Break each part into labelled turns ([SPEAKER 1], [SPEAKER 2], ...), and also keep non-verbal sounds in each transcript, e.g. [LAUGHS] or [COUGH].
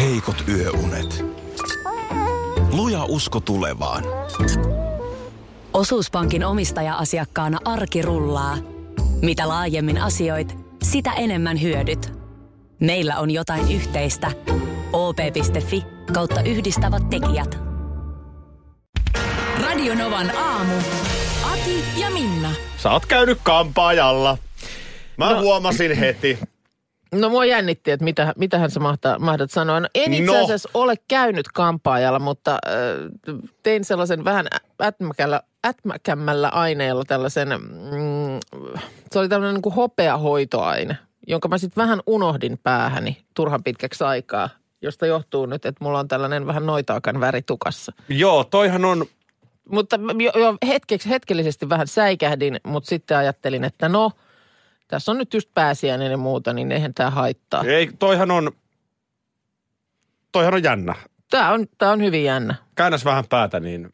[SPEAKER 1] heikot yöunet. Luja usko tulevaan.
[SPEAKER 2] Osuuspankin omistaja-asiakkaana arki rullaa. Mitä laajemmin asioit, sitä enemmän hyödyt. Meillä on jotain yhteistä. op.fi kautta yhdistävät tekijät.
[SPEAKER 3] Radionovan aamu. Ati ja Minna.
[SPEAKER 4] Sä oot käynyt kampaajalla. Mä no. huomasin heti.
[SPEAKER 5] No mua jännitti, että mitä, mitähän sä mahtaa, mahdat sanoa. No, en itse
[SPEAKER 4] No.
[SPEAKER 5] asiassa ole käynyt kampaajalla, mutta äh, tein sellaisen vähän ä- ätmäkällä, ätmäkämmällä aineella tällaisen, mm, se oli tämmöinen niin kuin hopeahoitoaine, jonka mä sitten vähän unohdin päähäni turhan pitkäksi aikaa, josta johtuu nyt, että mulla on tällainen vähän noitaakan väri tukassa.
[SPEAKER 6] Joo, toihan on,
[SPEAKER 5] Mutta m- jo, jo hetkeksi, hetkellisesti vähän säikähdin, mutta sitten ajattelin, että no, tässä on nyt just pääsiäinen ja muuta, niin eihän tämä haittaa.
[SPEAKER 6] [CLEARS THROAT] ei, toihan on, toihan on jännä.
[SPEAKER 5] Tämä on, tää on hyvin jännä.
[SPEAKER 6] Käännäs vähän päätä, niin...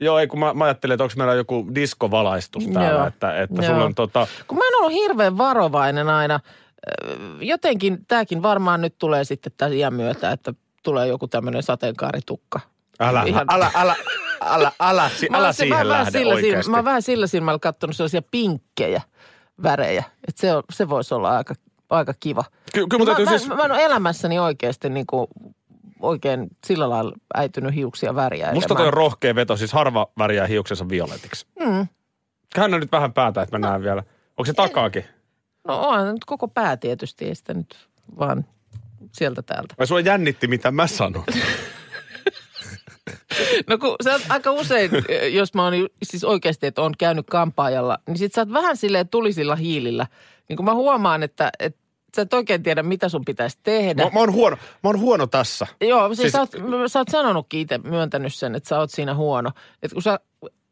[SPEAKER 6] Joo, ei kun mä, mä ajattelin, että onko meillä joku diskovalaistus täällä,
[SPEAKER 5] Joo.
[SPEAKER 6] että, että
[SPEAKER 5] Joo.
[SPEAKER 6] sulla on tota...
[SPEAKER 5] Kun mä oon ollut hirveän varovainen aina, öö, jotenkin tämäkin varmaan nyt tulee sitten tämän iän myötä, että tulee joku tämmöinen sateenkaaritukka.
[SPEAKER 6] Älä,
[SPEAKER 5] Ihan-
[SPEAKER 6] älä, älä, älä, älä, si-
[SPEAKER 5] Mä
[SPEAKER 6] älä
[SPEAKER 5] oon se- mä oon
[SPEAKER 6] siihen
[SPEAKER 5] vähän
[SPEAKER 6] lähde
[SPEAKER 5] sillä,
[SPEAKER 6] oikeasti.
[SPEAKER 5] silm- Mä oon vähän sillä silmällä katsonut sellaisia pinkkejä värejä. Et se, on, se voisi olla aika, aika kiva.
[SPEAKER 6] Ky- kyllä mun
[SPEAKER 5] mä,
[SPEAKER 6] täytyy
[SPEAKER 5] mä,
[SPEAKER 6] siis...
[SPEAKER 5] mä, mä en ole elämässäni oikeasti niin kuin, oikein sillä lailla äitynyt hiuksia väriä.
[SPEAKER 6] Musta toi on rohkea veto, siis harva väriää hiuksensa violetiksi. Mm. Käännä nyt vähän päätä, että mä näen vielä. Onko se takaakin?
[SPEAKER 5] No on nyt koko pää tietysti, ei sitä nyt vaan sieltä täältä.
[SPEAKER 6] Vai sua jännitti, mitä mä sanon?
[SPEAKER 5] No kun sä oot aika usein, eh, jos mä oon ju- siis oikeasti, että oon käynyt kampaajalla, niin sit sä oot vähän silleen tulisilla hiilillä. Niin kun mä huomaan, että, että sä et oikein tiedä, mitä sun pitäisi tehdä.
[SPEAKER 6] mä, mä, oon huono, mä oon huono tässä.
[SPEAKER 5] Joo, siis,
[SPEAKER 6] siis-
[SPEAKER 5] siis... Sä, oot, sä oot sanonutkin itse, myöntänyt sen, että sä oot siinä huono. Että kun sä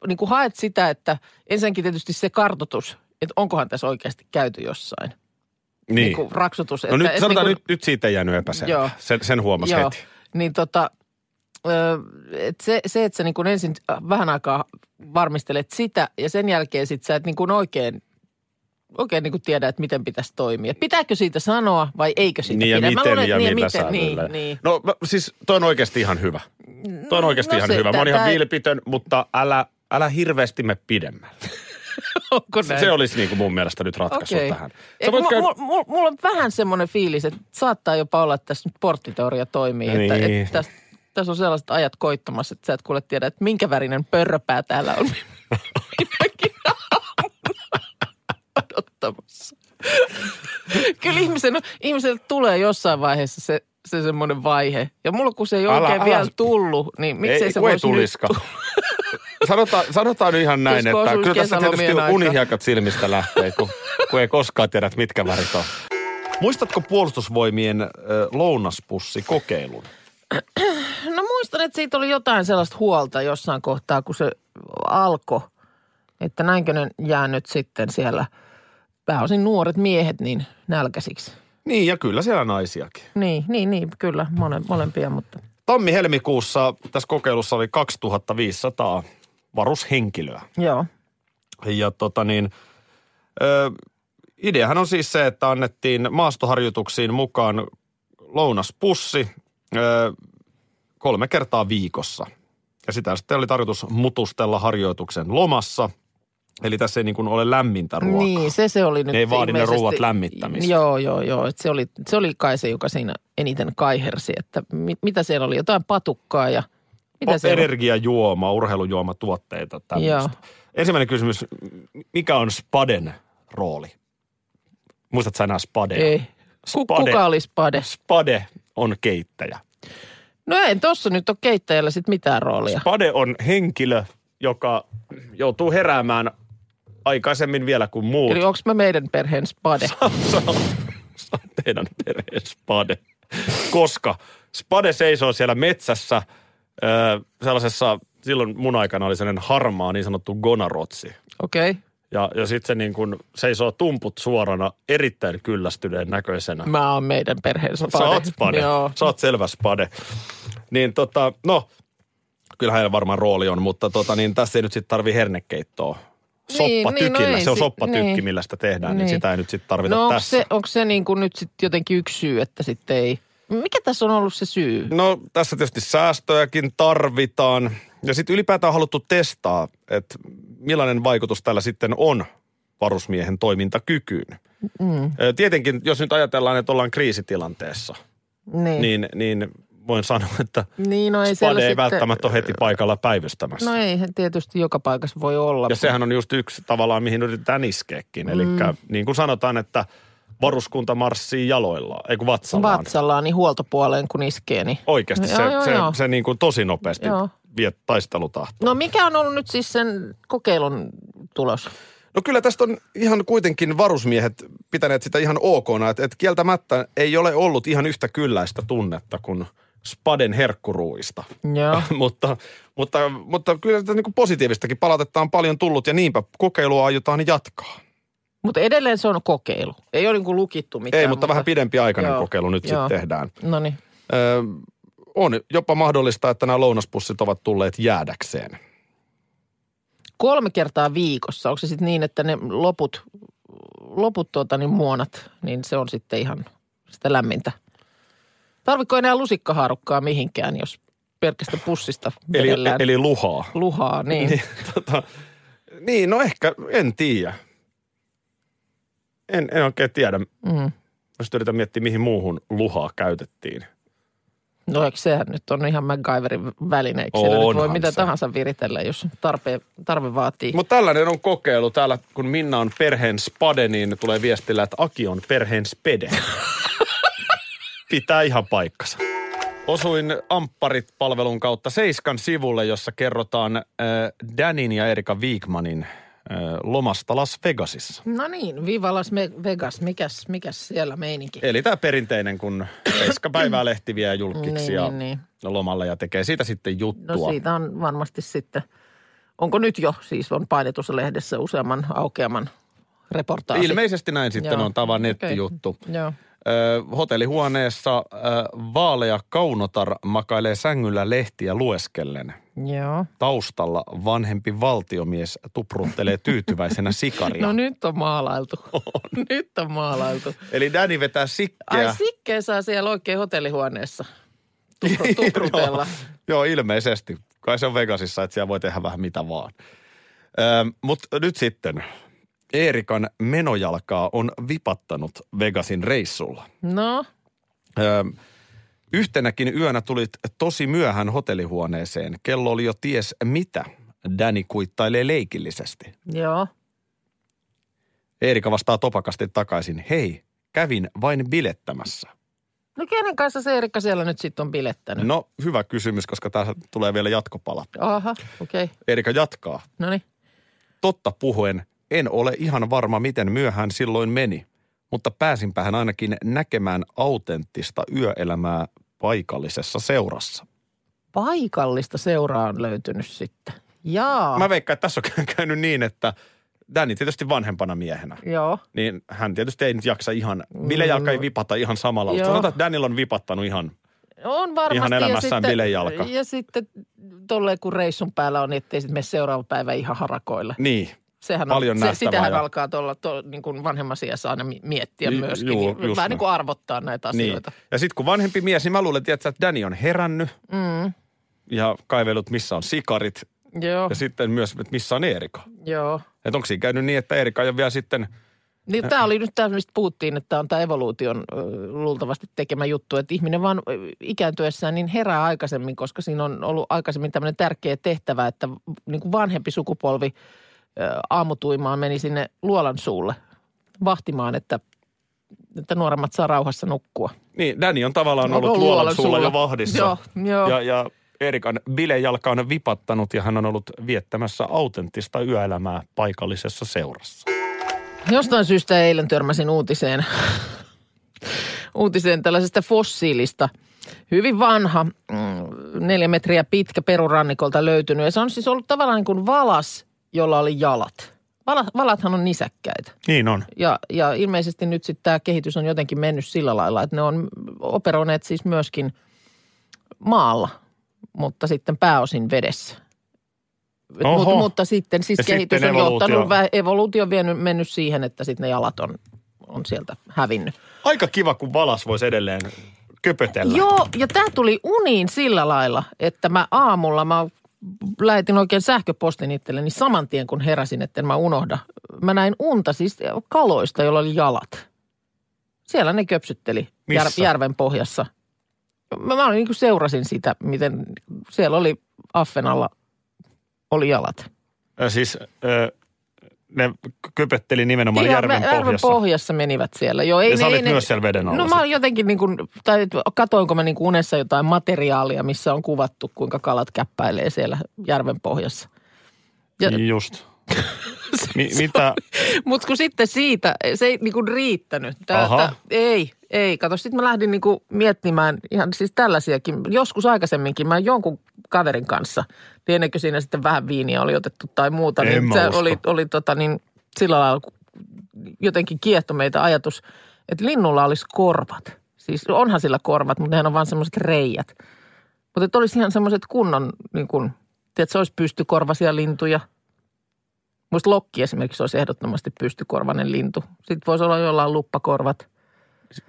[SPEAKER 5] niin kun haet sitä, että ensinnäkin tietysti se kartoitus, että onkohan tässä oikeasti käyty jossain.
[SPEAKER 6] Niin.
[SPEAKER 5] Niin kuin raksutus.
[SPEAKER 6] no
[SPEAKER 5] että,
[SPEAKER 6] nyt,
[SPEAKER 5] että
[SPEAKER 6] sanotaan
[SPEAKER 5] niin
[SPEAKER 6] nyt, nyt siitä ei jäänyt epäselvä.
[SPEAKER 5] Joo.
[SPEAKER 6] Sen, sen huomasi heti.
[SPEAKER 5] Niin tota, ö, et se, se, että sä niin kun ensin vähän aikaa varmistelet sitä ja sen jälkeen sit sä et niin kun oikein, oikein niin kun tiedä, että miten pitäisi toimia. Pitääkö siitä sanoa vai eikö siitä
[SPEAKER 6] Niin ja
[SPEAKER 5] pidä?
[SPEAKER 6] miten
[SPEAKER 5] luulen,
[SPEAKER 6] ja
[SPEAKER 5] että
[SPEAKER 6] mitä saa
[SPEAKER 5] niin,
[SPEAKER 6] millä.
[SPEAKER 5] niin.
[SPEAKER 6] No mä, siis toi on oikeasti ihan hyvä. Toi on oikeasti
[SPEAKER 5] no
[SPEAKER 6] ihan
[SPEAKER 5] se-
[SPEAKER 6] hyvä. Mä oon
[SPEAKER 5] tää-
[SPEAKER 6] ihan
[SPEAKER 5] tää-
[SPEAKER 6] vilpitön, mutta älä, älä hirveästi me pidemmälle.
[SPEAKER 5] [LAUGHS] Onko
[SPEAKER 6] Se olisi niin kuin mun mielestä nyt ratkaisu
[SPEAKER 5] Okei.
[SPEAKER 6] tähän.
[SPEAKER 5] Ei,
[SPEAKER 6] Sä voit
[SPEAKER 5] kun
[SPEAKER 6] käy-
[SPEAKER 5] mu- mu- mulla on vähän semmoinen fiilis, että saattaa jopa olla, että tässä nyt porttiteoria toimii. Että,
[SPEAKER 6] Niin.
[SPEAKER 5] että tässä, tässä on sellaiset ajat koittamassa, että sä et kuule tiedä, että minkä värinen pörröpää täällä on [LAUGHS] minäkin odottamassa. Kyllä ihmisen, ihmiselle tulee jossain vaiheessa se, se semmoinen vaihe. Ja mulla kun se ei
[SPEAKER 6] Ala-
[SPEAKER 5] oikein
[SPEAKER 6] ala-
[SPEAKER 5] vielä tullut, niin miksei
[SPEAKER 6] Ei,
[SPEAKER 5] se
[SPEAKER 6] kun ei
[SPEAKER 5] voisi nyt
[SPEAKER 6] tuliska. [LAUGHS] Sanotaan, sanotaan nyt ihan näin,
[SPEAKER 5] Tulisiko
[SPEAKER 6] että
[SPEAKER 5] osuus
[SPEAKER 6] kyllä tässä
[SPEAKER 5] kesälomien
[SPEAKER 6] tietysti
[SPEAKER 5] aikaan?
[SPEAKER 6] unihiekat silmistä lähtee, kun, kun ei koskaan tiedä, että mitkä värit on. Muistatko puolustusvoimien äh, lounaspussikokeilun?
[SPEAKER 5] No muistan, että siitä oli jotain sellaista huolta jossain kohtaa, kun se alkoi. Että näinkö ne jää nyt sitten siellä pääosin nuoret miehet niin nälkäisiksi.
[SPEAKER 6] Niin, ja kyllä siellä naisiakin.
[SPEAKER 5] Niin, niin, niin kyllä, mole, molempia, mutta
[SPEAKER 6] Tammi-helmikuussa tässä kokeilussa oli 2500 varushenkilöä.
[SPEAKER 5] joo.
[SPEAKER 6] Ja tota niin, ö, ideahan on siis se, että annettiin maastoharjoituksiin mukaan lounaspussi ö, kolme kertaa viikossa. Ja sitä sitten oli tarkoitus mutustella harjoituksen lomassa. Eli tässä ei niin kuin ole lämmintä ruokaa.
[SPEAKER 5] Niin, se se oli nyt
[SPEAKER 6] Ne ei vaadi ne
[SPEAKER 5] ilmeisesti-
[SPEAKER 6] ruuat lämmittämistä.
[SPEAKER 5] Joo, joo, joo. Et se, oli, se oli kai se, joka siinä eniten kaihersi, että mi, mitä siellä oli, jotain patukkaa ja mitä se oli?
[SPEAKER 6] Energiajuoma, urheilujuomatuotteita,
[SPEAKER 5] Joo.
[SPEAKER 6] tämmöistä. Ensimmäinen kysymys, m- mikä on spaden rooli? Muistatko sä enää spadea?
[SPEAKER 5] Ei. Ku,
[SPEAKER 6] Spade.
[SPEAKER 5] kuka oli spade?
[SPEAKER 6] Spade on keittäjä.
[SPEAKER 5] No ei, tossa nyt ole keittäjällä sit mitään roolia.
[SPEAKER 6] Spade on henkilö, joka joutuu heräämään aikaisemmin vielä kuin muut.
[SPEAKER 5] Eli onko mä meidän perheen spade?
[SPEAKER 6] Sä oot- sä oot teidän perheen spade. Koska spade seisoo siellä metsässä öö, sellaisessa, silloin mun aikana oli sellainen harmaa niin sanottu gonarotsi.
[SPEAKER 5] Okei. Okay.
[SPEAKER 6] Ja, ja sitten se niin kun seisoo tumput suorana erittäin kyllästyneen näköisenä.
[SPEAKER 5] Mä oon meidän perheen spade.
[SPEAKER 6] Sä oot spade.
[SPEAKER 5] Joo.
[SPEAKER 6] Sä oot selvä spade. Niin tota, no, kyllähän heillä varmaan rooli on, mutta tota, niin tässä ei nyt sitten tarvi hernekeittoa.
[SPEAKER 5] Niin,
[SPEAKER 6] Soppatykillä,
[SPEAKER 5] niin, no ei
[SPEAKER 6] se on
[SPEAKER 5] sit-
[SPEAKER 6] soppatykki,
[SPEAKER 5] niin.
[SPEAKER 6] millä sitä tehdään, niin,
[SPEAKER 5] Niin.
[SPEAKER 6] sitä ei nyt sitten tarvita
[SPEAKER 5] No onko
[SPEAKER 6] tässä.
[SPEAKER 5] se, onko se niin kuin nyt sitten jotenkin yksi syy, että sitten ei Mikä tässä on ollut se syy?
[SPEAKER 6] No tässä tietysti säästöjäkin tarvitaan. Ja sitten ylipäätään on haluttu testaa, että millainen vaikutus tällä sitten on varusmiehen toimintakykyyn. Mm. Tietenkin, jos nyt ajatellaan, että ollaan kriisitilanteessa,
[SPEAKER 5] Niin.
[SPEAKER 6] niin, niin voin sanoa, että
[SPEAKER 5] niin no ei siellä
[SPEAKER 6] Spade ei
[SPEAKER 5] sitten,
[SPEAKER 6] välttämättä ole heti paikalla päivystämässä.
[SPEAKER 5] No ei, tietysti joka paikassa voi olla.
[SPEAKER 6] Ja sehän on just yksi tavallaan, mihin yritetään iskeäkin.
[SPEAKER 5] Mm.
[SPEAKER 6] Eli niin kuin sanotaan, että varuskunta marssii jaloillaan, ei kun vatsallaan.
[SPEAKER 5] Vatsallaan, niin huoltopuoleen kun iskee, niin
[SPEAKER 6] Oikeasti se,
[SPEAKER 5] Joo, joo,
[SPEAKER 6] se,
[SPEAKER 5] joo.
[SPEAKER 6] se niin kuin tosi nopeasti
[SPEAKER 5] Joo.
[SPEAKER 6] vie taistelutahtoa.
[SPEAKER 5] No mikä on ollut nyt siis sen kokeilun tulos?
[SPEAKER 6] No kyllä tästä on ihan kuitenkin varusmiehet pitäneet sitä ihan okona, että, että kieltämättä ei ole ollut ihan yhtä kylläistä tunnetta kuin Spaden herkkuruista.
[SPEAKER 5] [LAUGHS] Joo.
[SPEAKER 6] [LAUGHS] mutta, mutta, mutta kyllä sitä niin kuin positiivistakin palautetta on paljon tullut ja niinpä kokeilua aiotaan jatkaa.
[SPEAKER 5] Mutta edelleen se on kokeilu. Ei ole niinku lukittu mitään.
[SPEAKER 6] Ei, mutta vähän pidempi aikainen
[SPEAKER 5] Joo,
[SPEAKER 6] kokeilu nyt
[SPEAKER 5] joo.
[SPEAKER 6] sitten tehdään.
[SPEAKER 5] No niin.
[SPEAKER 6] Öö, on jopa mahdollista, että nämä lounaspussit ovat tulleet jäädäkseen.
[SPEAKER 5] Kolme kertaa viikossa. Onko se sitten niin, että ne loput, loput tuota, niin muonat, niin se on sitten ihan sitä lämmintä. Tarvitko enää lusikkahaarukkaa mihinkään, jos pelkästä pussista
[SPEAKER 6] Eli,
[SPEAKER 5] vedellään
[SPEAKER 6] eli luhaa.
[SPEAKER 5] luhaa? Niin.
[SPEAKER 6] Niin, tota, niin, no ehkä, en tiedä. En, en oikein tiedä. Mä
[SPEAKER 5] Mm.
[SPEAKER 6] sitten yritän miettiä, mihin muuhun luhaa käytettiin.
[SPEAKER 5] No eikö sehän nyt on ihan MacGyverin väline, eikö siellä nyt voi
[SPEAKER 6] Onhan
[SPEAKER 5] mitä
[SPEAKER 6] se.
[SPEAKER 5] tahansa viritellä, jos tarpe, tarve vaatii.
[SPEAKER 6] Mutta tällainen on kokeilu. Täällä kun Minna on perheen spade, niin tulee viestillä, että Aki on perheen spede. [LAUGHS] Pitää ihan paikkansa. Osuin Ampparit-palvelun kautta Seiskan sivulle, jossa kerrotaan äh, Danin ja Erika Viikmanin äh, lomasta Las Vegasissa.
[SPEAKER 5] No niin, Viva Las Me- Vegas, mikäs, mikäs siellä meininki?
[SPEAKER 6] Eli tämä perinteinen, kun Seiska päivää lehti vie julkiksi
[SPEAKER 5] Niin,
[SPEAKER 6] ja
[SPEAKER 5] niin, niin.
[SPEAKER 6] lomalle ja tekee siitä sitten juttua.
[SPEAKER 5] No siitä on varmasti sitten, onko nyt jo, siis on painetussa lehdessä useamman aukeaman reportaasi.
[SPEAKER 6] Ilmeisesti näin sitten
[SPEAKER 5] Joo.
[SPEAKER 6] on tämä vaan nettijuttu.
[SPEAKER 5] Joo.
[SPEAKER 6] Ö, hotellihuoneessa ö, vaalea kaunotar makailee sängyllä lehtiä lueskellen.
[SPEAKER 5] Joo.
[SPEAKER 6] Taustalla vanhempi valtiomies
[SPEAKER 5] [LAUGHS]
[SPEAKER 6] tupruttelee tyytyväisenä sikaria.
[SPEAKER 5] No nyt on
[SPEAKER 6] [LAUGHS]
[SPEAKER 5] maalailtu. nyt on maalailtu.
[SPEAKER 6] Eli Danny vetää
[SPEAKER 5] Ai
[SPEAKER 6] sikkeä.
[SPEAKER 5] sikkeä saa siellä oikein
[SPEAKER 6] [LAUGHS]
[SPEAKER 5] hotellihuoneessa tupru- tuprutella.
[SPEAKER 6] Joo, ilmeisesti. Kai se on Vegasissa, että siellä voi tehdä vähän mitä vaan. Mutta nyt sitten. Eerikan menojalkaa on vipattanut Vegasin reissulla.
[SPEAKER 5] No,
[SPEAKER 6] Ö, yhtenäkin yönä tulit tosi myöhään hotellihuoneeseen. Kello oli jo ties mitä. Danny kuittailee leikillisesti.
[SPEAKER 5] joo.
[SPEAKER 6] Erika vastaa topakasti takaisin. Hei, kävin vain bilettämässä.
[SPEAKER 5] No kenen kanssa se Erikka siellä nyt sitten on bilettänyt?
[SPEAKER 6] No, hyvä kysymys, koska tässä tulee vielä jatkopala.
[SPEAKER 5] Aha, okei. Okay.
[SPEAKER 6] Erika jatkaa.
[SPEAKER 5] No niin.
[SPEAKER 6] Totta puhuen, en ole ihan varma, miten myöhään silloin meni. Mutta pääsinpähän ainakin näkemään autenttista yöelämää paikallisessa seurassa.
[SPEAKER 5] Paikallista seuraa on löytynyt sitten. Jaa.
[SPEAKER 6] Mä veikkaan, että tässä on [LAUGHS] käynyt niin, että Danny tietysti vanhempana miehenä,
[SPEAKER 5] Joo.
[SPEAKER 6] niin hän tietysti ei nyt jaksa ihan, bilejalka ei vipata ihan samalla. Mutta
[SPEAKER 5] Mm. Joo.
[SPEAKER 6] sanotaan, että Daniel on vipattanut ihan.
[SPEAKER 5] On varmasti.
[SPEAKER 6] Ihan
[SPEAKER 5] ja
[SPEAKER 6] elämässään
[SPEAKER 5] sitten-
[SPEAKER 6] bilejalka.
[SPEAKER 5] Ja sitten tolleen kun reissun päällä on, niin ettei sitten mene seuraava päivä ihan harakoille.
[SPEAKER 6] Niin,
[SPEAKER 5] Sehän
[SPEAKER 6] Paljon
[SPEAKER 5] on, se,
[SPEAKER 6] nähtävää
[SPEAKER 5] sitähän
[SPEAKER 6] ja-
[SPEAKER 5] alkaa tuolla to, niin kuin vanhemmassa iässä aina mi- miettiä
[SPEAKER 6] Ju-
[SPEAKER 5] myöskin.
[SPEAKER 6] juu,
[SPEAKER 5] niin,
[SPEAKER 6] just
[SPEAKER 5] vähän niin
[SPEAKER 6] näin.
[SPEAKER 5] kuin arvottaa näitä
[SPEAKER 6] niin.
[SPEAKER 5] asioita.
[SPEAKER 6] Ja sitten kun vanhempi mies, niin mä luulen, tiedätkö, että Danny on herännyt
[SPEAKER 5] Mm.
[SPEAKER 6] ja kaivellut, missä on sikarit.
[SPEAKER 5] Joo,
[SPEAKER 6] Ja sitten myös, että missä on Erika.
[SPEAKER 5] joo.
[SPEAKER 6] Että onko siinä käynyt niin, että Erika ei ole vielä sitten
[SPEAKER 5] Niin tämä oli nyt tämä, mistä puhuttiin, että tämä on tämä evoluution ö, luultavasti tekemä juttu, että ihminen vaan ö, ikääntyessään niin herää aikaisemmin, koska siinä on ollut aikaisemmin tämmöinen tärkeä tehtävä, että niin kuin vanhempi sukupolvi ö, aamutuimaan meni sinne luolan suulle vahtimaan, että, että nuoremmat saa rauhassa nukkua.
[SPEAKER 6] Niin, Danny on tavallaan
[SPEAKER 5] Onko
[SPEAKER 6] ollut
[SPEAKER 5] ollut
[SPEAKER 6] luolan
[SPEAKER 5] luolan
[SPEAKER 6] suulla
[SPEAKER 5] suulla?
[SPEAKER 6] jo vahdissa.
[SPEAKER 5] Joo, joo.
[SPEAKER 6] Ja, ja Erikan bilejalka on vipattanut ja hän on ollut viettämässä autenttista yöelämää paikallisessa seurassa.
[SPEAKER 5] Jostain syystä eilen törmäsin uutiseen, uutiseen tällaisesta fossiilista. Hyvin vanha, mm, neljä metriä pitkä perurannikolta löytynyt. Ja se on siis ollut tavallaan niin kuin valas, jolla oli jalat. Vala, valathan on nisäkkäitä.
[SPEAKER 6] Niin on.
[SPEAKER 5] Ja, ja ilmeisesti nyt sitten tämä kehitys on jotenkin mennyt sillä lailla, että ne on operoineet siis myöskin maalla, mutta sitten pääosin vedessä. Et
[SPEAKER 6] Oho.
[SPEAKER 5] Mut, mutta sitten siis
[SPEAKER 6] Ja
[SPEAKER 5] ja kehitys
[SPEAKER 6] sitten
[SPEAKER 5] sitten on
[SPEAKER 6] evoluutio.
[SPEAKER 5] johtanut, vä- evoluutio on vienyt, mennyt siihen, että sitten ne jalat on, on sieltä hävinnyt.
[SPEAKER 6] Aika kiva, kun valas voisi edelleen köpötellä.
[SPEAKER 5] Joo, ja tämä tuli uniin sillä lailla, että mä aamulla mä lähetin oikein sähköpostin itselleni saman tien, kun heräsin, etten mä unohda. Mä näin unta siis kaloista, joilla oli jalat. Siellä ne köpsytteli jär,
[SPEAKER 6] Missä?
[SPEAKER 5] järven pohjassa. Mä, mä niin kuin seurasin sitä, miten siellä oli Affenalla oli jalat.
[SPEAKER 6] Ö, Siis ö, ne köpötteli nimenomaan
[SPEAKER 5] Ihan
[SPEAKER 6] järven
[SPEAKER 5] vä- järven
[SPEAKER 6] pohjassa.
[SPEAKER 5] pohjassa menivät siellä. Joo, ei
[SPEAKER 6] Ja sä
[SPEAKER 5] ne- ei
[SPEAKER 6] olit
[SPEAKER 5] ne-
[SPEAKER 6] myös siellä veden alla
[SPEAKER 5] No mä
[SPEAKER 6] sitten.
[SPEAKER 5] olin jotenkin niin kuin, tai et- katoinko mä niin kuin unessa jotain materiaalia, missä on kuvattu, kuinka kalat käppäilee siellä järven pohjassa. Ja- [LAUGHS]
[SPEAKER 6] Just. Mi- mitä?
[SPEAKER 5] Mutta kun sitten siitä, se ei niin kuin riittänyt. Tää,
[SPEAKER 6] Aha.
[SPEAKER 5] tää, ei, ei. Kato, sitten mä lähdin niin kuin miettimään ihan siis tällaisiakin. Joskus aikaisemminkin mä jonkun kaverin kanssa, lieneekö siinä sitten vähän viiniä oli otettu tai muuta,
[SPEAKER 6] En
[SPEAKER 5] niin
[SPEAKER 6] mä
[SPEAKER 5] se
[SPEAKER 6] usko.
[SPEAKER 5] oli, oli tota niin, sillä lailla kun jotenkin kiehto meitä ajatus, että linnulla olisi korvat. Siis onhan sillä korvat, mutta nehän on vaan semmoiset reijät. Mutta että olisi ihan semmoiset kunnon, niin kuin, tiedätkö, olisi pystykorvasia lintuja. Musta lokki esimerkiksi olisi ehdottomasti pystykorvainen lintu. Sitten voisi olla jollain luppakorvat.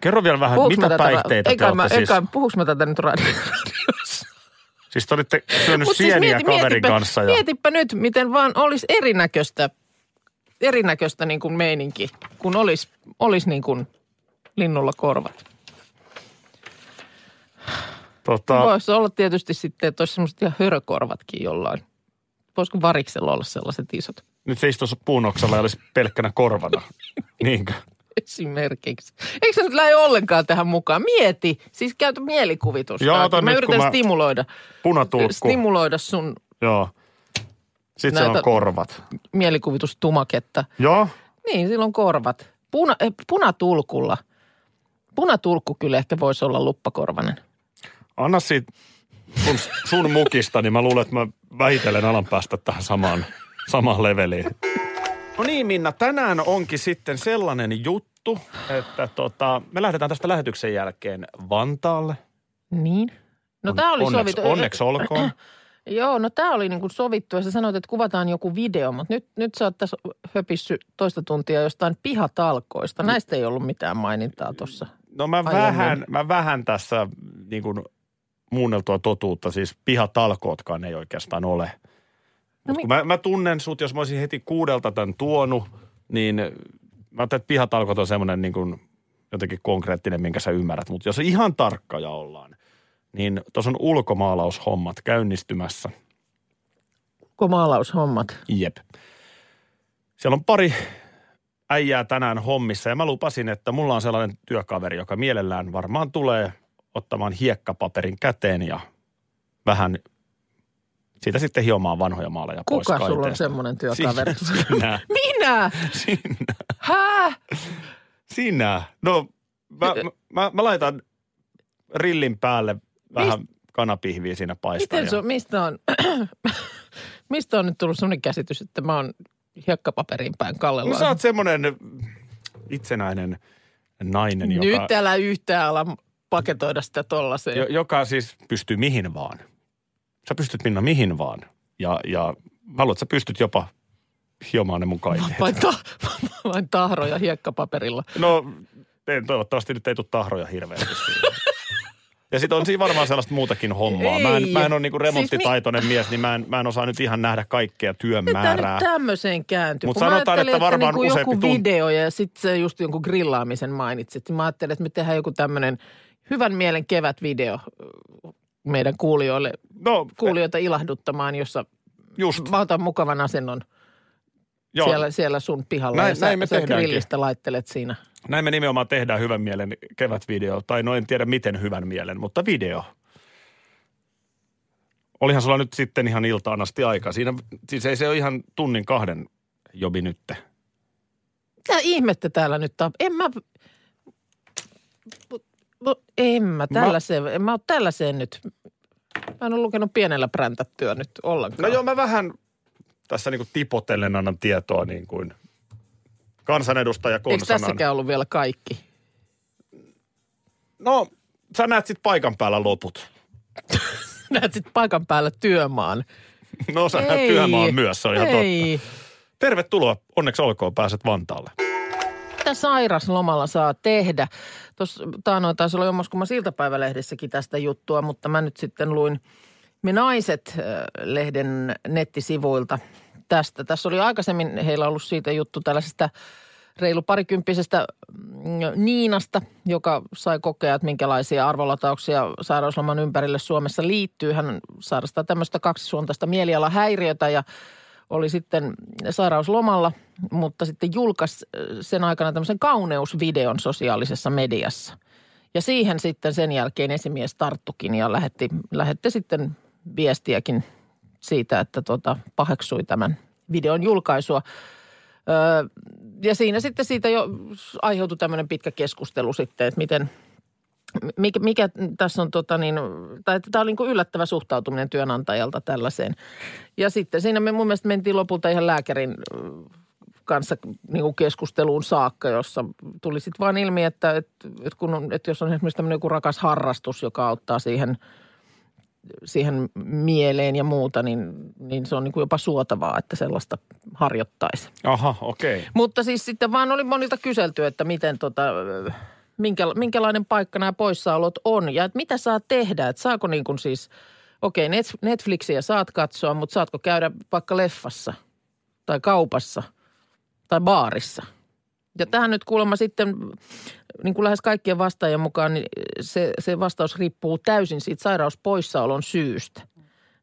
[SPEAKER 6] Kerro vielä vähän,
[SPEAKER 5] Puhuks mä
[SPEAKER 6] mitä
[SPEAKER 5] tätä ra-
[SPEAKER 6] päihteitä
[SPEAKER 5] Eikä
[SPEAKER 6] te olette
[SPEAKER 5] mä,
[SPEAKER 6] siis?
[SPEAKER 5] eikä, puhuks mä tätä nyt radio- [LAUGHS] radiossa?
[SPEAKER 6] Siis te olitte syönyt
[SPEAKER 5] Mut siis
[SPEAKER 6] sieniä
[SPEAKER 5] mieti-
[SPEAKER 6] kaverin
[SPEAKER 5] mietipä,
[SPEAKER 6] kanssa. Ja...
[SPEAKER 5] Mietipä nyt, miten vaan olisi erinäköistä, erinäköistä niin kuin meininki, kun olisi, olisi niin kuin linnulla korvat.
[SPEAKER 6] Tota,
[SPEAKER 5] Voisi olla tietysti sitten, että olisi semmoiset ihan hörökorvatkin jollain. Voisiko variksella olla sellaiset isot [LAUGHS]
[SPEAKER 6] nyt se istuisi puun oksalla ja olisi pelkkänä korvana. Niinkö?
[SPEAKER 5] esimerkiksi? Eikö se nyt lähde ollenkaan tähän mukaan? Mieti, siis käytä mielikuvitusta.
[SPEAKER 6] Joo, otan
[SPEAKER 5] mä
[SPEAKER 6] nyt,
[SPEAKER 5] yritän
[SPEAKER 6] kun mä-
[SPEAKER 5] stimuloida,
[SPEAKER 6] Punatulkku.
[SPEAKER 5] stimuloida sun
[SPEAKER 6] Joo. Sitten Näitä... se
[SPEAKER 5] niin, Näitä-
[SPEAKER 6] on korvat.
[SPEAKER 5] mielikuvitustumaketta.
[SPEAKER 6] Joo.
[SPEAKER 5] Niin, sillä on korvat. Puna, eh, punatulkulla. Punatulkku kyllä ehkä voisi olla luppakorvanen.
[SPEAKER 6] Anna siitä sun, sun mukista, niin mä luulen, että mä vähitellen alan päästä tähän samaan, samaan leveliin. No niin Minna, tänään onkin sitten sellainen juttu, että tota, me lähdetään tästä lähetyksen jälkeen Vantaalle.
[SPEAKER 5] Niin. No
[SPEAKER 6] On-
[SPEAKER 5] tämä oli
[SPEAKER 6] onneksi,
[SPEAKER 5] sovittu.
[SPEAKER 6] Onneksi olkoon.
[SPEAKER 5] [CLEARS THROAT] Joo, no tämä oli niinku sovittu ja sä sanoit, että kuvataan joku video, mutta nyt, nyt sä oot tässä höpissyt toista tuntia jostain pihatalkoista. Näistä ei ollut mitään mainintaa tuossa.
[SPEAKER 6] No mä
[SPEAKER 5] Aiemmin.
[SPEAKER 6] vähän, mä vähän tässä niin kuin muunneltua totuutta, siis pihatalkootkaan ei oikeastaan ole.
[SPEAKER 5] No
[SPEAKER 6] Mut kun mä, mä tunnen sut, jos mä olisin heti kuudelta tämän tuonut, niin mä ajattelin, että pihatalkot on semmoinen niin kuin jotenkin konkreettinen, minkä sä ymmärrät. Mutta jos ihan tarkkoja ollaan, niin tuossa on ulkomaalaushommat käynnistymässä.
[SPEAKER 5] Komaalaushommat.
[SPEAKER 6] Jep. Siellä on pari äijää tänään hommissa ja mä lupasin, että mulla on sellainen työkaveri, joka mielellään varmaan tulee ottamaan hiekkapaperin käteen ja vähän siitä sitten hiomaan vanhoja maaleja pois
[SPEAKER 5] Kuka sulla on
[SPEAKER 6] kaiteesta.
[SPEAKER 5] semmoinen työkaveri?
[SPEAKER 6] Siis- Sinä,
[SPEAKER 5] [LAUGHS] Minä!
[SPEAKER 6] sinä,
[SPEAKER 5] Hää?
[SPEAKER 6] sinä. No mä, mä- mä, mä laitan rillin päälle vähän kanapihviä siinä paistaa.
[SPEAKER 5] Miten
[SPEAKER 6] ja-
[SPEAKER 5] sun, mistä on, [CLEARS THROAT] mistä on nyt tullut sellainen käsitys, että mä oon hiekkapaperiin päin
[SPEAKER 6] No sä
[SPEAKER 5] kallellaan?
[SPEAKER 6] oot semmonen itsenäinen nainen,
[SPEAKER 5] Nyt
[SPEAKER 6] niin, joka...
[SPEAKER 5] älä yhtään ala paketoida sitä tollaiseen.
[SPEAKER 6] jo, joka siis pystyy mihin vaan. Sä pystyt Minna mihin vaan. Ja, ja haluat, sä pystyt jopa hiomaan ne mun kaiteet.
[SPEAKER 5] Vain, ta- [LAUGHS] vain tahroja hiekkapaperilla.
[SPEAKER 6] No en, toivottavasti nyt ei tule tahroja hirveästi siinä. Ja sitten on siinä varmaan sellaista muutakin hommaa. Mä en,
[SPEAKER 5] Ei.
[SPEAKER 6] mä en ole niinku
[SPEAKER 5] Siis mi-
[SPEAKER 6] remonttitaitoinen mies, niin mä en, mä en osaa nyt ihan nähdä kaikkea työn
[SPEAKER 5] Tämä nyt
[SPEAKER 6] määrää.
[SPEAKER 5] tämmöiseen kääntyy.
[SPEAKER 6] Mut
[SPEAKER 5] Kun mä
[SPEAKER 6] sanotaan,
[SPEAKER 5] ajattelin,
[SPEAKER 6] että varmaan
[SPEAKER 5] niinku joku
[SPEAKER 6] useampi tunti-
[SPEAKER 5] video ja sitten se just jonkun grillaamisen mainitsit. niin Mä ajattelin, että me tehdään joku tämmöinen hyvän mielen kevätvideo äh, meidän kuulijoille,
[SPEAKER 6] No,
[SPEAKER 5] kuulijoita ilahduttamaan, jossa
[SPEAKER 6] just.
[SPEAKER 5] mä otan mukavan asennon
[SPEAKER 6] Joo,
[SPEAKER 5] siellä, siellä sun pihalla
[SPEAKER 6] Näin-
[SPEAKER 5] ja sä,
[SPEAKER 6] näin me
[SPEAKER 5] sä
[SPEAKER 6] tehdäänkin.
[SPEAKER 5] grillistä laittelet siinä.
[SPEAKER 6] näin me nimenomaan tehdään hyvän mielen kevätvideo. Tai no en tiedä miten hyvän mielen, mutta video. Olihan sulla nyt sitten ihan iltaan asti aikaa. Siinä, siis ei se ole ihan tunnin kahden jobi nytte.
[SPEAKER 5] Mitä ihmettä täällä nyt tap... En mä... Mut- mut En mä tällaiseen, en mä oo tällaiseen nyt. Mä en ole lukenut pienellä präntättyä nyt ollenkaan.
[SPEAKER 6] No joo, mä vähän tässä niin kuin tipotellen annan tietoa niin kuin kansanedustaja
[SPEAKER 5] Eikö
[SPEAKER 6] konsanan.
[SPEAKER 5] tässäkään ollut vielä kaikki? [LAUGHS]
[SPEAKER 6] No, sä näet sit paikan päällä loput.
[SPEAKER 5] Näet sit paikan päällä työmaan.
[SPEAKER 6] No sä näet työmaan myös, se on ihan totta.
[SPEAKER 5] ei.
[SPEAKER 6] Tervetuloa, onneksi olkoon, pääset Vantaalle.
[SPEAKER 5] Mitä sairaslomalla saa tehdä? tuossa taanoin taisi olla jommaskummassa iltapäivälehdessäkin tästä juttua, mutta mä nyt sitten luin Me Naiset-lehden nettisivuilta tästä. Tässä oli aikaisemmin heillä ollut siitä juttu tällaisesta reilu parikymppisestä mm, Niinasta, joka sai kokea, että minkälaisia arvolatauksia sairausloman ympärille Suomessa liittyy. Hän sairastaa tämmöistä kaksisuuntaista mielialahäiriötä ja oli sitten sairauslomalla, mutta sitten julkaisi äh, sen aikana tämmöisen kauneusvideon sosiaalisessa mediassa. Ja siihen sitten sen jälkeen esimies tarttukin ja lähetti, lähetti sitten viestiäkin siitä, että tota, paheksui tämän videon julkaisua. Öö, ja siinä sitten siitä jo aiheutui tämmöinen pitkä keskustelu sitten, että miten, mikä, mikä tässä on tota niin, tai että tämä oli niin kuin yllättävä suhtautuminen työnantajalta tällaiseen. Ja sitten siinä me mun mielestä mentiin lopulta ihan lääkärin ö, kanssa niin kuin keskusteluun saakka, jossa tuli sitten vaan ilmi, että, että, että, kun on, että jos on esimerkiksi tämmöinen joku rakas harrastus, joka auttaa siihen, siihen mieleen ja muuta, niin, niin se on niin kuin jopa suotavaa, että sellaista harjoittaisi.
[SPEAKER 6] Aha, okei. Okay.
[SPEAKER 5] Mutta siis sitten vaan oli monilta kyselty, että miten tota, ö, minkä, minkälainen paikka nämä poissaolot on ja että mitä saa tehdä, että saako niin kuin siis, okei okay, Netflixiä saat katsoa, mutta saatko käydä vaikka leffassa tai kaupassa tai baarissa. Ja tähän nyt kuulemma sitten, niin kuin lähes kaikkien vastaajien mukaan, niin se, se vastaus riippuu täysin siitä sairauspoissaolon syystä.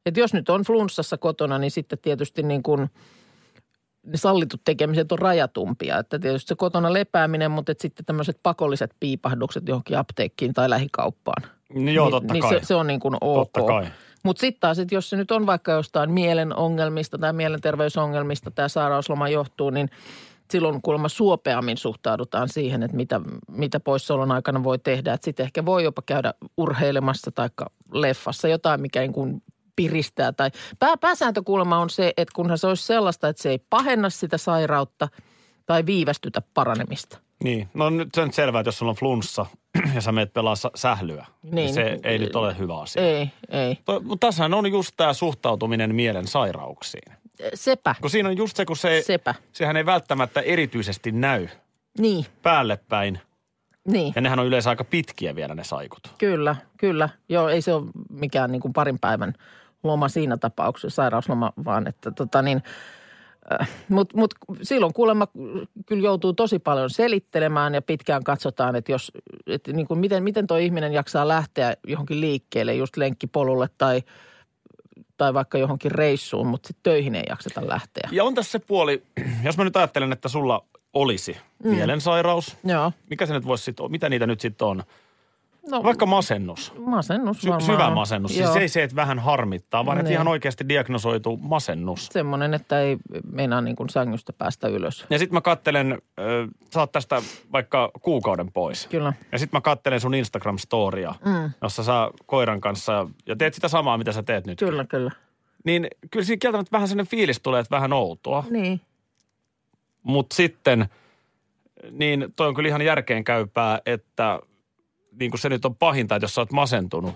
[SPEAKER 5] Että jos nyt on flunssassa kotona, niin sitten tietysti niin kuin – ne sallitut tekemiset on rajatumpia. Että tietysti se kotona lepääminen, mutta et sitten tämmöiset pakolliset piipahdukset johonkin apteekkiin tai lähikauppaan.
[SPEAKER 6] Niin joo, totta
[SPEAKER 5] niin,
[SPEAKER 6] kai.
[SPEAKER 5] Niin se, se on niin kuin ok.
[SPEAKER 6] Totta kai.
[SPEAKER 5] Mutta sitten taas, että jos se nyt on vaikka jostain mielen ongelmista tai mielenterveysongelmista tämä sairausloma johtuu, niin silloin kuulemma suopeammin suhtaudutaan siihen, että mitä, mitä poissaolon aikana voi tehdä. Että sitten ehkä voi jopa käydä urheilemassa tai leffassa jotain, mikä niin kuin piristää. Tai pää, pääsääntö kuulemma on se, että kunhan se olisi sellaista, että se ei pahenna sitä sairautta tai viivästytä paranemista.
[SPEAKER 6] Niin, no nyt se on selvää, että jos sulla on flunssa [CLEARS THROAT] ja sä meet pelaa sä- sählyä, niin,
[SPEAKER 5] Niin.
[SPEAKER 6] niin se ei nyt ole hyvä asia.
[SPEAKER 5] Ei, ei.
[SPEAKER 6] Toi, mutta tässähän on just tämä suhtautuminen mielen sairauksiin.
[SPEAKER 5] Sepä,
[SPEAKER 6] Kun siinä on just se, kun se, ei-
[SPEAKER 5] sepä.
[SPEAKER 6] sehän ei välttämättä erityisesti näy
[SPEAKER 5] Niin,
[SPEAKER 6] päälle päin.
[SPEAKER 5] niin.
[SPEAKER 6] Ja nehän on yleensä aika pitkiä vielä ne saikut.
[SPEAKER 5] Kyllä, kyllä. Joo, ei se ole mikään niin kuin parin päivän loma siinä tapauksessa, sairausloma, vaan että tota niin, mutta mut silloin kuulemma kyllä joutuu tosi paljon selittelemään ja pitkään katsotaan, että jos, et niin kuin miten, miten tuo ihminen jaksaa lähteä johonkin liikkeelle, just lenkkipolulle tai, tai vaikka johonkin reissuun, mutta sitten töihin ei jakseta lähteä.
[SPEAKER 6] Ja on tässä se puoli, [CLEARS THROAT] jos mä nyt ajattelen, että sulla olisi mm. mielensairaus.
[SPEAKER 5] Joo,
[SPEAKER 6] Mikä se nyt voisi sitten mitä niitä nyt sitten on?
[SPEAKER 5] no
[SPEAKER 6] Vaikka masennus.
[SPEAKER 5] masennus
[SPEAKER 6] Sy-
[SPEAKER 5] varmaan.
[SPEAKER 6] syvä masennus. Siis
[SPEAKER 5] Joo.
[SPEAKER 6] ei se, että vähän harmittaa, vaan että
[SPEAKER 5] Niin.
[SPEAKER 6] ihan oikeasti diagnosoitu masennus.
[SPEAKER 5] Semmoinen, että ei meinaa niin kuin sängystä päästä ylös.
[SPEAKER 6] Ja sitten mä kattelen, äh, sä oot tästä vaikka kuukauden pois.
[SPEAKER 5] Kyllä.
[SPEAKER 6] Ja sitten mä kattelen sun Instagram-storia, mm. jossa sä koiran kanssa ja teet sitä samaa, mitä sä teet nyt.
[SPEAKER 5] Kyllä, kyllä.
[SPEAKER 6] Niin kyllä siinä kieltämättä vähän sellainen fiilis tulee, että vähän outoa.
[SPEAKER 5] Niin.
[SPEAKER 6] Mutta sitten, niin toi on kyllä ihan järkeen käypää, että niin kuin se nyt on pahinta, että jos sä oot masentunut,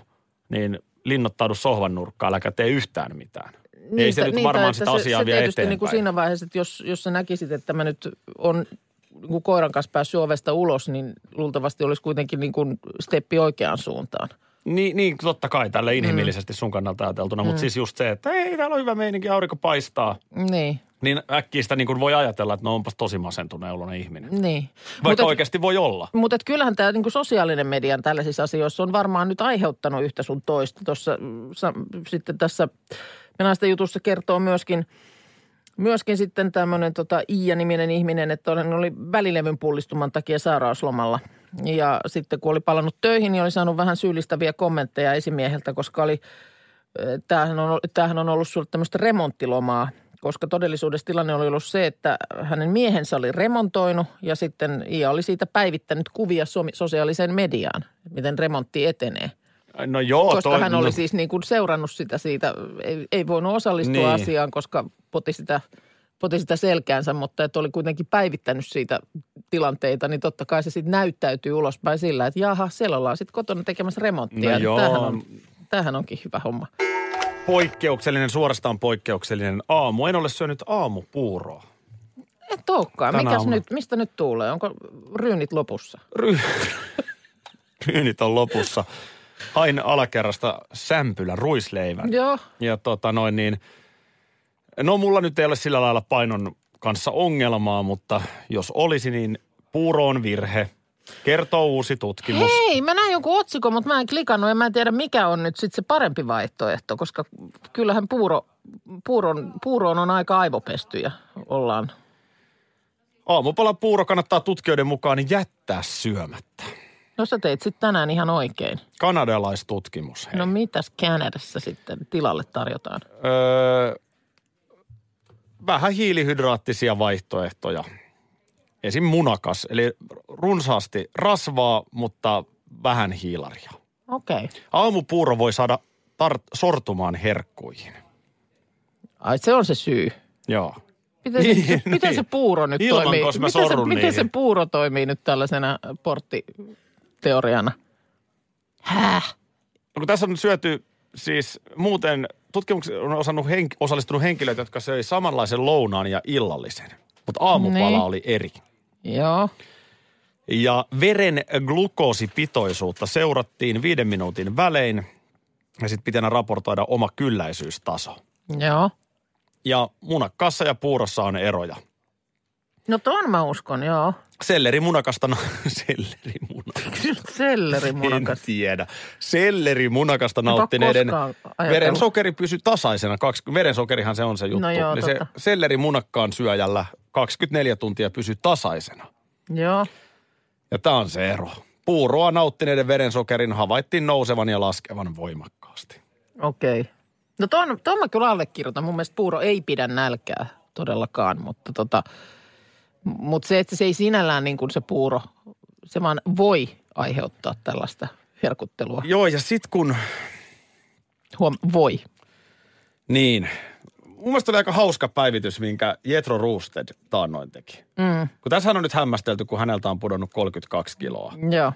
[SPEAKER 6] niin linnoittaudu sohvan nurkkaan, äläkä tee yhtään mitään. Ei
[SPEAKER 5] Niin
[SPEAKER 6] se nyt varmaan
[SPEAKER 5] että
[SPEAKER 6] sitä asiaa
[SPEAKER 5] se,
[SPEAKER 6] vie
[SPEAKER 5] se tietysti
[SPEAKER 6] eteenpäin.
[SPEAKER 5] Niin kuin siinä vaiheessa, että jos, jos sä näkisit, että mä nyt on niin kuin koiran kanssa päässyt ovesta ulos, niin luultavasti olisi kuitenkin niin kuin steppi oikeaan suuntaan.
[SPEAKER 6] Niin, niin totta kai tälle inhimillisesti sun kannalta ajateltuna, mutta siis just se, että ei, täällä on hyvä meininki, aurinko paistaa.
[SPEAKER 5] Niin,
[SPEAKER 6] Niin äkkiä sitä niin kuin voi ajatella, että no onpas tosi masentuneen oloinen ihminen.
[SPEAKER 5] niin.
[SPEAKER 6] Vaikka
[SPEAKER 5] Mut et-
[SPEAKER 6] oikeasti voi olla.
[SPEAKER 5] Mutta kyllähän tämä niinku sosiaalinen media tällaisissa asioissa on varmaan nyt aiheuttanut yhtä sun toista. Tuossa mm, sa- sitten tässä Venäjästä jutussa kertoo myöskin, myöskin sitten tämmöinen tota Iia-niminen ihminen, että hän oli välilevyn pullistuman takia sairauslomalla. Ja sitten kun oli palannut töihin, niin oli saanut vähän syyllistäviä kommentteja esimieheltä, koska oli tämähän on, tämähän on ollut sulle tämmöistä remonttilomaa, koska todellisuudessa tilanne oli ollut se, että hänen miehensä oli remontoinut ja sitten Ia oli siitä päivittänyt kuvia somi- sosiaaliseen mediaan, miten remontti etenee.
[SPEAKER 6] No joo.
[SPEAKER 5] Koska
[SPEAKER 6] toi-
[SPEAKER 5] hän oli
[SPEAKER 6] no-
[SPEAKER 5] siis niin kuin seurannut sitä siitä, ei, ei voinut osallistua
[SPEAKER 6] Niin.
[SPEAKER 5] asiaan, koska poti sitä, poti sitä selkäänsä, mutta että oli kuitenkin päivittänyt siitä tilanteita, niin totta kai se sitten näyttäytyy ulospäin sillä, että jaha, siellä ollaan sitten kotona tekemässä
[SPEAKER 6] No
[SPEAKER 5] remonttia.
[SPEAKER 6] joo.
[SPEAKER 5] tämähän, on, tämähän onkin hyvä homma.
[SPEAKER 6] Poikkeuksellinen, suorastaan poikkeuksellinen aamu. En ole syönyt aamupuuroa. [LAUGHS]
[SPEAKER 5] Et olekaan.
[SPEAKER 6] Tänä
[SPEAKER 5] Mikäs
[SPEAKER 6] aamuna.
[SPEAKER 5] nyt, mistä nyt tuulee? Onko ryynit lopussa?
[SPEAKER 6] Ry- kyynit on lopussa. Hain alakerrasta sämpylä ruisleivän.
[SPEAKER 5] Joo.
[SPEAKER 6] Ja tota noin niin, no mulla nyt ei ole sillä lailla painon kanssa ongelmaa, mutta jos olisi, niin puuro on virhe. Kertoo uusi tutkimus.
[SPEAKER 5] Hei, mä näin jonkun otsikon, mutta mä en klikannut ja mä en tiedä mikä on nyt sitten se parempi vaihtoehto, koska kyllähän puuro, puuron, puuroon on aika aivopesty ja ollaan.
[SPEAKER 6] Aamupala puuro kannattaa tutkijoiden mukaan jättää syömättä.
[SPEAKER 5] No sä teit sitten tänään ihan oikein.
[SPEAKER 6] Kanadalaistutkimus. Hei.
[SPEAKER 5] No mitäs Kanadassa sitten tilalle tarjotaan?
[SPEAKER 6] Öö, vähän hiilihydraattisia vaihtoehtoja. Esim. munakas, eli runsaasti rasvaa, mutta vähän hiilaria.
[SPEAKER 5] Okei. Okay.
[SPEAKER 6] Aamupuuro voi saada tar- sortumaan herkkuihin.
[SPEAKER 5] Ai se on se syy.
[SPEAKER 6] Joo.
[SPEAKER 5] Miten se,
[SPEAKER 6] Niin,
[SPEAKER 5] [LAUGHS] miten
[SPEAKER 6] niin.
[SPEAKER 5] se puuro nyt
[SPEAKER 6] Ilman,
[SPEAKER 5] toimii?
[SPEAKER 6] koska mä
[SPEAKER 5] miten, se,
[SPEAKER 6] sorrun
[SPEAKER 5] miten se
[SPEAKER 6] niihin.
[SPEAKER 5] puuro toimii nyt tällaisena porttiteoriana? Häh?
[SPEAKER 6] No kun tässä on syöty siis muuten, tutkimuksessa on osannut henk- osallistunut henkilöitä, jotka söi samanlaisen lounaan ja illallisen. Mutta aamupala
[SPEAKER 5] Niin.
[SPEAKER 6] oli eri.
[SPEAKER 5] Joo.
[SPEAKER 6] Ja veren glukoosipitoisuutta seurattiin viiden minuutin välein ja sitten pitää raportoida oma kylläisyystaso.
[SPEAKER 5] Joo.
[SPEAKER 6] Ja munakkaassa ja puurossa on eroja.
[SPEAKER 5] No ton mä uskon, joo.
[SPEAKER 6] Sellerimunakasta, [LAUGHS] no sellerimunakasta, en Niin.
[SPEAKER 5] Sellerimunakas.
[SPEAKER 6] tiedä. Sellerimunakasta
[SPEAKER 5] ole
[SPEAKER 6] nauttineiden
[SPEAKER 5] koskaan ajatellut.
[SPEAKER 6] verensokeri pysyi tasaisena. Kaksi, verensokerihan se on se juttu.
[SPEAKER 5] No joo,
[SPEAKER 6] niin se
[SPEAKER 5] totta.
[SPEAKER 6] sellerimunakkaan syöjällä 24 tuntia pysyi tasaisena.
[SPEAKER 5] Joo.
[SPEAKER 6] Ja tämä on se ero. Puuroa nauttineiden verensokerin havaittiin nousevan ja laskevan voimakkaasti.
[SPEAKER 5] Okei. Okay. No ton, ton mä kyllä allekirjoitan. Mun mielestä puuro ei pidä nälkää todellakaan, mutta tota, mut se, että se ei sinällään niin kuin se puuro, se vaan voi aiheuttaa tällaista herkuttelua.
[SPEAKER 6] Joo, ja sitten kun
[SPEAKER 5] Huom, voi.
[SPEAKER 6] Niin. Mun mielestä oli aika hauska päivitys, minkä Jetro Roosted taannoin teki. Mm. Kun tässähän on nyt hämmästelty, kun häneltä on pudonnut 32 kiloa.
[SPEAKER 5] Joo.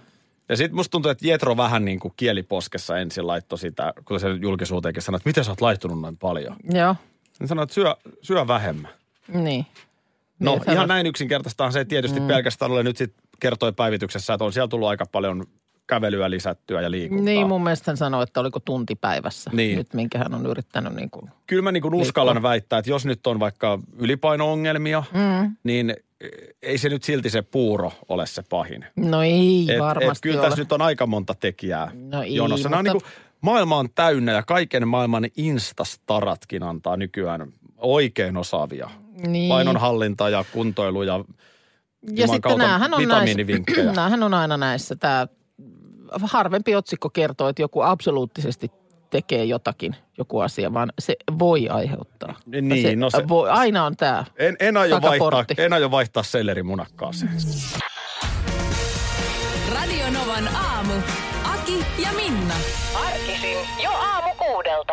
[SPEAKER 6] Ja sitten musta tuntuu, että Jetro vähän niin kuin kieliposkessa ensin laittoi sitä, kun se julkisuuteenkin sanoi, että miten sä oot laittunut noin paljon.
[SPEAKER 5] Joo.
[SPEAKER 6] Niin sanoi, että syö, syö vähemmän.
[SPEAKER 5] Niin.
[SPEAKER 6] No
[SPEAKER 5] Niin,
[SPEAKER 6] ihan
[SPEAKER 5] sanoi.
[SPEAKER 6] näin yksinkertaistahan se ei tietysti mm. pelkästään ole nyt sitten kertoi päivityksessä, että on siellä tullut aika paljon kävelyä lisättyä ja liikuntaa.
[SPEAKER 5] Niin, mun mielestä hän sanoi, että oliko tunti päivässä
[SPEAKER 6] Niin.
[SPEAKER 5] nyt, minkä hän on yrittänyt niin kuin.
[SPEAKER 6] kyllä mä niin kuin uskallan väittää, että jos nyt on vaikka ylipaino-ongelmia, mm. niin eh, ei se nyt silti se puuro ole se pahin.
[SPEAKER 5] No ei
[SPEAKER 6] Et,
[SPEAKER 5] varmasti
[SPEAKER 6] et kyllä
[SPEAKER 5] ole.
[SPEAKER 6] tässä nyt on aika monta tekijää
[SPEAKER 5] No ei,
[SPEAKER 6] jonossa. Nää on
[SPEAKER 5] mutta-
[SPEAKER 6] Niin kuin, maailma on täynnä ja kaiken maailman instastaratkin antaa nykyään oikein osaavia.
[SPEAKER 5] Niin.
[SPEAKER 6] Painonhallinta ja kuntoilu ja
[SPEAKER 5] Ja
[SPEAKER 6] Jumalan
[SPEAKER 5] sitten
[SPEAKER 6] kautta
[SPEAKER 5] näähän on,
[SPEAKER 6] vitamiinivinkkejä.
[SPEAKER 5] näissä, [CLEARS THROAT] näähän on aina näissä. Tämä harvempi otsikko kertoo, että joku absoluuttisesti tekee jotakin, joku asia, vaan se voi aiheuttaa.
[SPEAKER 6] Niin,
[SPEAKER 5] Ja se,
[SPEAKER 6] no se-
[SPEAKER 5] voi, aina on tämä.
[SPEAKER 6] En, en, aio vaihtaa,
[SPEAKER 5] Takaportti.
[SPEAKER 6] en aio vaihtaa sellerimunakkaaseen.
[SPEAKER 3] Radio Novan aamu. Aki ja Minna.
[SPEAKER 7] Arkisin jo aamu kuudelta.